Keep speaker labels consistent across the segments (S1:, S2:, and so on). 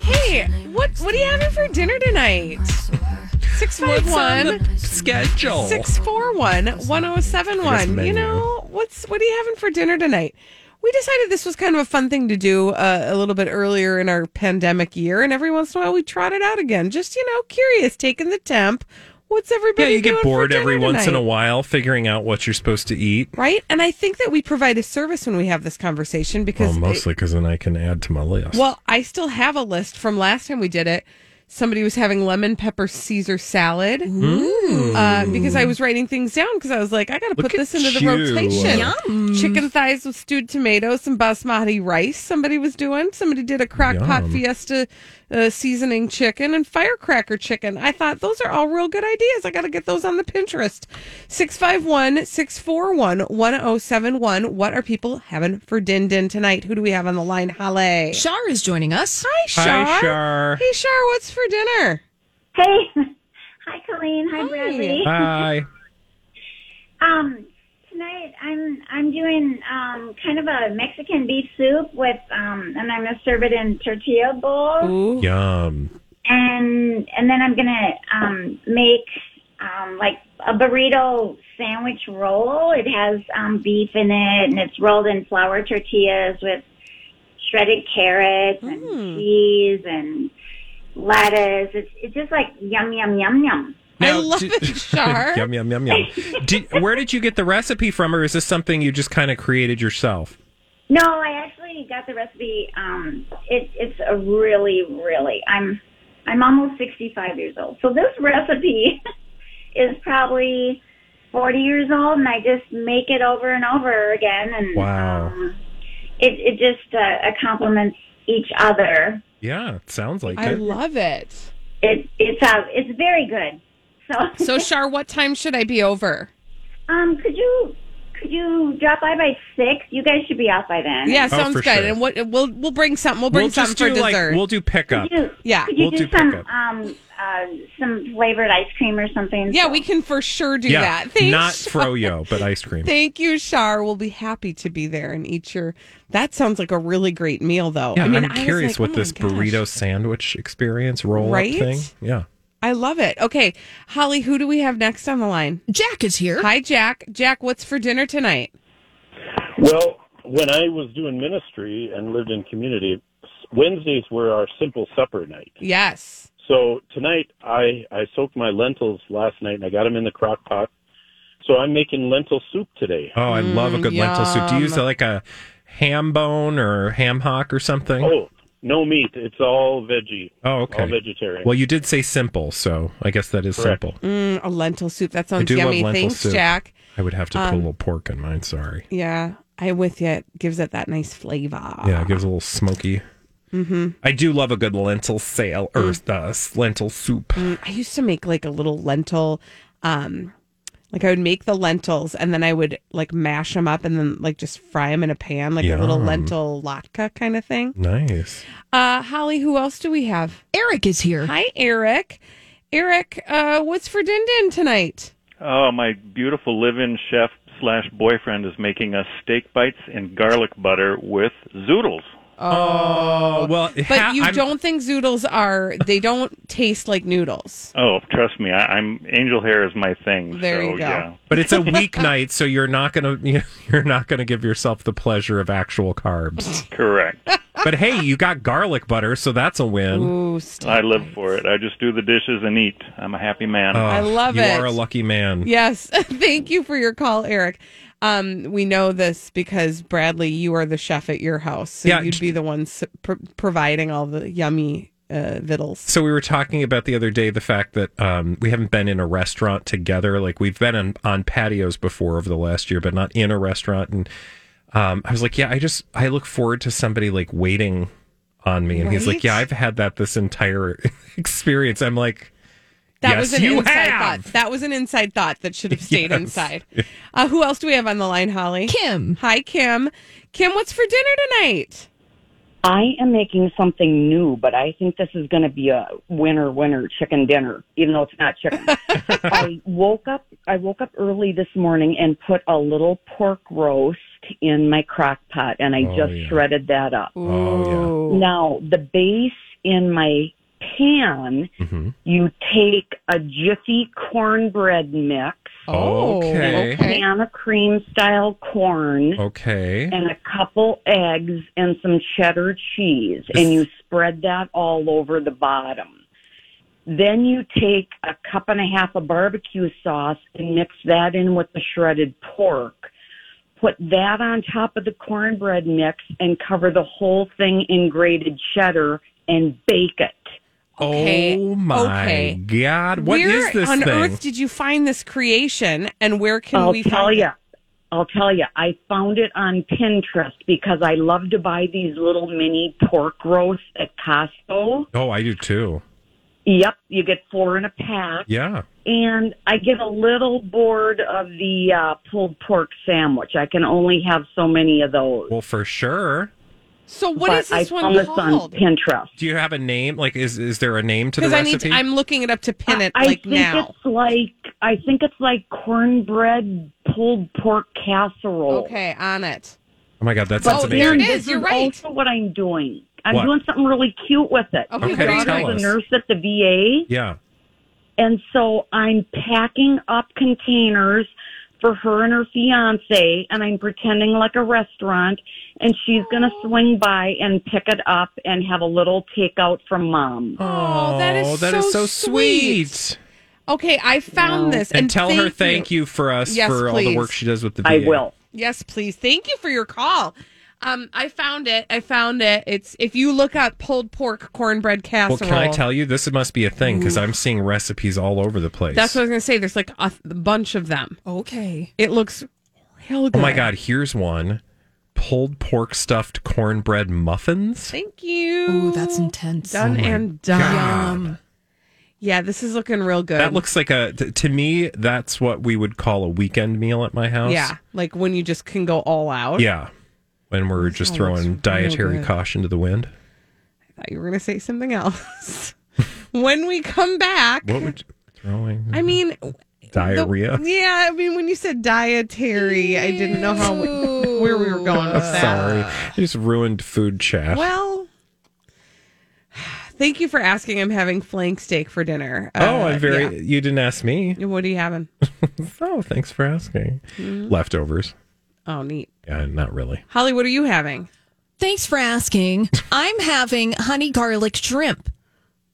S1: Hey, what what are you having for dinner tonight? Six five one
S2: schedule.
S1: six four one one oh seven one. You
S2: menu.
S1: know what's what are you having for dinner tonight? We decided this was kind of a fun thing to do uh, a little bit earlier in our pandemic year, and every once in a while we trot it out again. Just you know, curious, taking the temp. What's
S2: Yeah,
S1: everybody?
S2: you
S1: doing
S2: get
S1: for
S2: bored
S1: dinner
S2: every once in a
S1: tonight?
S2: while figuring out what you're supposed to eat.
S1: right? And I think that we provide a service when we have this conversation because
S2: Well,
S1: it-
S2: mostly because then I can add to my list.
S1: Well, I still have a list from last time we did it. Somebody was having lemon pepper Caesar salad Uh, because I was writing things down because I was like, I got to put
S2: Look
S1: this
S2: at
S1: into the
S2: you.
S1: rotation. Chicken thighs with stewed tomatoes, some basmati rice. Somebody was doing. Somebody did a crock pot
S2: Yum.
S1: fiesta uh, seasoning chicken and firecracker chicken. I thought those are all real good ideas. I got to get those on the Pinterest. 651 641 1071. What are people having for din din tonight? Who do we have on the line? Halle.
S3: Shar is joining us.
S1: Hi, Shar.
S2: Hi, Shar.
S1: Hey, Shar, what's for dinner?
S4: Hey, hi Colleen, hi, Bradley.
S2: Hi.
S4: Um, tonight I'm I'm doing um kind of a Mexican beef soup with um and I'm gonna serve it in tortilla bowls
S1: Ooh.
S2: Yum.
S4: and and then I'm gonna um make um like a burrito sandwich roll. It has um beef in it and it's rolled in flour tortillas with shredded carrots and cheese and lettuce. It's it's just like yum yum yum yum.
S1: I love
S2: do-
S1: it, Shar.
S2: yum yum yum yum. Did, where did you get the recipe from, or is this something you just kind of created yourself?
S4: No, I actually got the recipe. Um, it, it's a really, really. I'm I'm almost 65 years old, so this recipe is probably 40 years old, and I just make it over and over again. And
S2: Wow.
S4: um, it it just uh, complements each other.
S2: Yeah, it sounds like
S1: I
S2: it.
S1: love it.
S4: It it's uh, it's very good. So
S1: So, Shar, what time should I be over?
S4: um, could you could you drop by by six? You guys should be out by then.
S1: Yeah, sounds
S2: Oh, for
S1: good.
S2: sure.
S1: And what we'll we'll bring something. We'll bring
S2: we'll
S1: something
S2: just
S1: for
S2: do like
S1: dessert.
S2: we'll do pickup.
S4: Could you-
S1: yeah.
S4: Could you
S2: We'll
S4: do,
S2: do
S4: some
S2: pickup.
S4: um uh, some flavored ice cream or something?
S1: yeah, we can for sure do
S2: yeah,
S1: that. Thanks.
S2: not froyo, but ice cream.
S1: Thank you, Shar. We'll be happy to be there and eat your. That sounds like a really great meal, though.
S2: yeah, I
S1: mean,
S2: am
S1: I was
S2: curious
S1: like,
S2: what
S1: oh my
S2: this
S1: gosh.
S2: burrito sandwich experience roll
S1: Right?
S2: up thing. Yeah.
S1: I love it. Okay, Holly, who do we have next on the line?
S3: Jack is here.
S1: Hi, Jack. Jack, what's for dinner tonight?
S5: Well, when I was doing ministry and lived in community, Wednesdays were our simple supper night.
S1: Yes.
S5: So tonight I I soaked my lentils last night and I got them in the crock pot. So I'm making lentil soup today.
S2: Oh, I love
S1: Mm,
S2: a good lentil soup. Do you use uh, like a ham bone or ham hock or something?
S5: Oh, no meat. It's all veggie.
S2: Oh, okay.
S5: All vegetarian.
S2: Well, you did say simple, so I guess that is
S5: Correct.
S2: simple.
S1: Mm, a lentil soup. That sounds
S2: do love
S1: yummy.
S2: lentil
S1: Thanks,
S2: soup.
S1: Jack.
S2: I would have to
S1: um,
S2: put a little pork in mine. Sorry.
S1: Yeah, I'm with you. It gives it that nice flavor.
S2: Yeah, it gives a little smoky. Mm-hmm. I do love a good lentil sale or
S1: Mm.
S2: uh, s- lentil soup.
S1: I used to make like a little lentil, um, like I would make the lentils and then I would like mash them up and then like just fry them in a pan, like a little
S2: Yum.
S1: lentil latke kind of thing.
S2: Nice.
S1: Uh, Holly, who else do we have?
S3: Eric is here.
S1: Hi, Eric. Eric, uh, what's for din din tonight?
S6: Oh, my beautiful live-in chef slash boyfriend is making us steak bites in garlic butter with zoodles.
S2: Oh well,
S1: But you don't think zoodles are, they don't taste like noodles.
S6: Oh, trust me, I, I'm angel hair is my thing.
S1: There
S6: so,
S1: you go.
S6: Yeah.
S2: But it's a weeknight, so you're not gonna you're not gonna give yourself the pleasure of actual carbs.
S6: Correct.
S2: but hey, you got garlic butter, so that's a win.
S1: Ooh, steak
S6: I live
S1: bites.
S6: for it. I just do the dishes and eat. I'm a happy man.
S2: Oh,
S1: I love
S2: you
S1: it.
S2: You are a lucky man.
S1: Yes. Thank you for your call, Eric. Um, we know this because Bradley, you are the chef at your house, so
S2: Yeah,
S1: you'd
S2: j-
S1: be the one s- pr- providing all the yummy uh, vittles.
S2: So we were talking about the other day the fact that um, we haven't been in a restaurant together. Like we've been on, on patios before over the last year, but not in a restaurant. And um, I was like, yeah, I just I look forward to somebody like waiting on me. And he's like,
S3: Right?
S2: Yeah, I've had that this entire experience. I'm like,
S1: That
S2: Yes,
S1: was an
S2: you
S1: inside
S2: have.
S1: thought. That was an inside thought that should have stayed
S2: Yes.
S1: inside. Uh, who else do we have on the line, Holly?
S3: Kim.
S1: Hi, Kim. Kim, what's for dinner tonight?
S7: I am making something new, but I think this is going to be a winner winner chicken dinner, even though it's not chicken. I woke up I woke up early this morning and put a little pork roast in my crock pot and I
S2: Oh,
S7: just
S2: yeah.
S7: shredded that up.
S2: Oh,
S7: Now, the base in my pan,
S2: yeah. Mhm.
S7: you take a jiffy cornbread mix,
S2: Okay.
S1: Oh. Okay.
S7: pan of cream style corn,
S2: Okay.
S7: and a couple eggs and some cheddar cheese, and you spread that all over the bottom. Then you take a cup and a half of barbecue sauce and mix that in with the shredded pork. Put that on top of the cornbread mix and cover the whole thing in grated cheddar and bake it.
S1: Okay.
S2: Oh my
S1: Okay.
S2: God. What is
S1: where
S2: this
S1: on
S2: thing?
S1: earth did you find this creation, and where can
S7: I'll
S1: we
S7: tell
S1: find
S7: you.
S1: it?
S7: I'll tell you, I found it on Pinterest because I love to buy these little mini pork roasts at Costco.
S2: oh, I do too.
S7: Yep, you get four in a pack.
S2: Yeah.
S7: And I get a little bored of the uh, pulled pork sandwich. I can only have so many of those.
S2: Well, for sure.
S1: So what
S7: but
S1: is
S7: I
S1: this
S7: found
S1: one
S7: this on
S1: called?
S7: Pinterest.
S2: Do you have a name? Like, is is there a name to the
S1: Because I need.
S2: recipe?
S1: To, I'm looking it up to pin it
S7: I
S1: like
S7: think
S1: now.
S7: it's like I think it's like cornbread pulled pork casserole.
S1: Okay, on it.
S2: oh my God, that
S1: But-
S2: sounds
S1: Oh, there it
S2: amazing.
S1: is. You're right.
S7: Also, what I'm doing, I'm
S2: What?
S7: doing something really cute with it.
S1: Okay,
S7: My
S2: Okay,
S1: great.
S2: tell
S7: daughter's a
S2: us.
S7: nurse at the VA.
S2: Yeah.
S7: And so I'm packing up containers for her and her fiance, and I'm pretending like a restaurant, and she's going to swing by and pick it up and have a little takeout from mom.
S1: Oh, that is
S2: that
S1: so
S2: is so
S1: sweet. Okay, I found this.
S2: And, tell her thank you, for us
S1: Yes,
S2: for all the
S1: please.
S2: work she does with the.
S7: I
S2: VA.
S7: will.
S1: Yes, please. Thank you for your call. Um, I found it. I found it. It's if you look up pulled pork cornbread casserole.
S2: Well, can I tell you this must be a thing because I'm seeing recipes all over the place.
S1: Mm-hmm. That's what I was gonna say. There's like a th- bunch of them.
S3: Okay.
S1: It looks real good.
S2: Oh my God! Here's one: pulled pork stuffed cornbread muffins.
S1: Thank you.
S3: Ooh, that's intense.
S1: done and done.
S2: Oh God.
S1: Yeah, this is looking real good.
S2: That looks like a t- to me. That's what we would call a weekend meal at my house.
S1: yeah, like when you just can go all out.
S2: yeah. When we're just throwing dietary
S1: good.
S2: caution to the wind.
S1: I thought you were gonna say something else. when we come back,
S2: What would you, throwing?
S1: I mean,
S2: diarrhea.
S1: The- yeah, I mean, when you said dietary, I didn't know how we, where we were going with that.
S2: Sorry, I just ruined food chat.
S1: Well, thank you for asking. I'm having flank steak for dinner.
S2: oh,
S1: Uh,
S2: I'm very. You didn't ask me.
S1: yeah. What are you having?
S2: Oh, thanks for asking.
S1: Mm-hmm.
S2: Leftovers.
S1: Oh, neat.
S2: Yeah, not really.
S1: Holly, what are you having?
S3: Thanks for asking. I'm having honey garlic shrimp.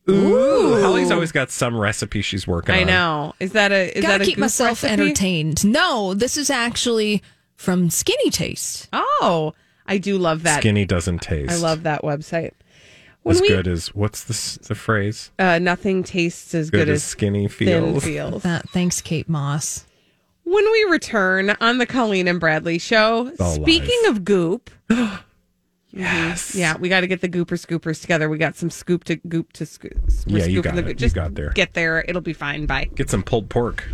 S2: Ooh, Holly's always got some recipe she's working on.
S1: I know. Is that a is
S3: Gotta
S1: that a
S3: keep
S1: goof
S3: myself
S1: recipe?
S3: entertained. No, this is actually from Skinny Taste.
S1: Oh, I do love that.
S2: Skinny doesn't taste.
S1: I love that website. When
S2: as
S1: we
S2: good as what's the s- the phrase?
S1: uh, nothing tastes as
S2: Good,
S1: good,
S2: as,
S1: as
S2: skinny
S1: thin
S2: feels.
S1: feels.
S3: That Uh, thanks, Kate Moss.
S1: When we return on the Colleen and Bradley show,
S2: all
S1: speaking
S2: lies.
S1: of goop,
S2: Yes.
S1: yeah, we got to get the gooper scoopers together. We got some scoop to goop to scoop.
S2: Yeah,
S1: scooping
S2: you got
S1: the
S2: it.
S1: goop.
S2: You
S1: Just
S2: got there.
S1: Get there. It'll be fine. Bye.
S2: Get some pulled pork.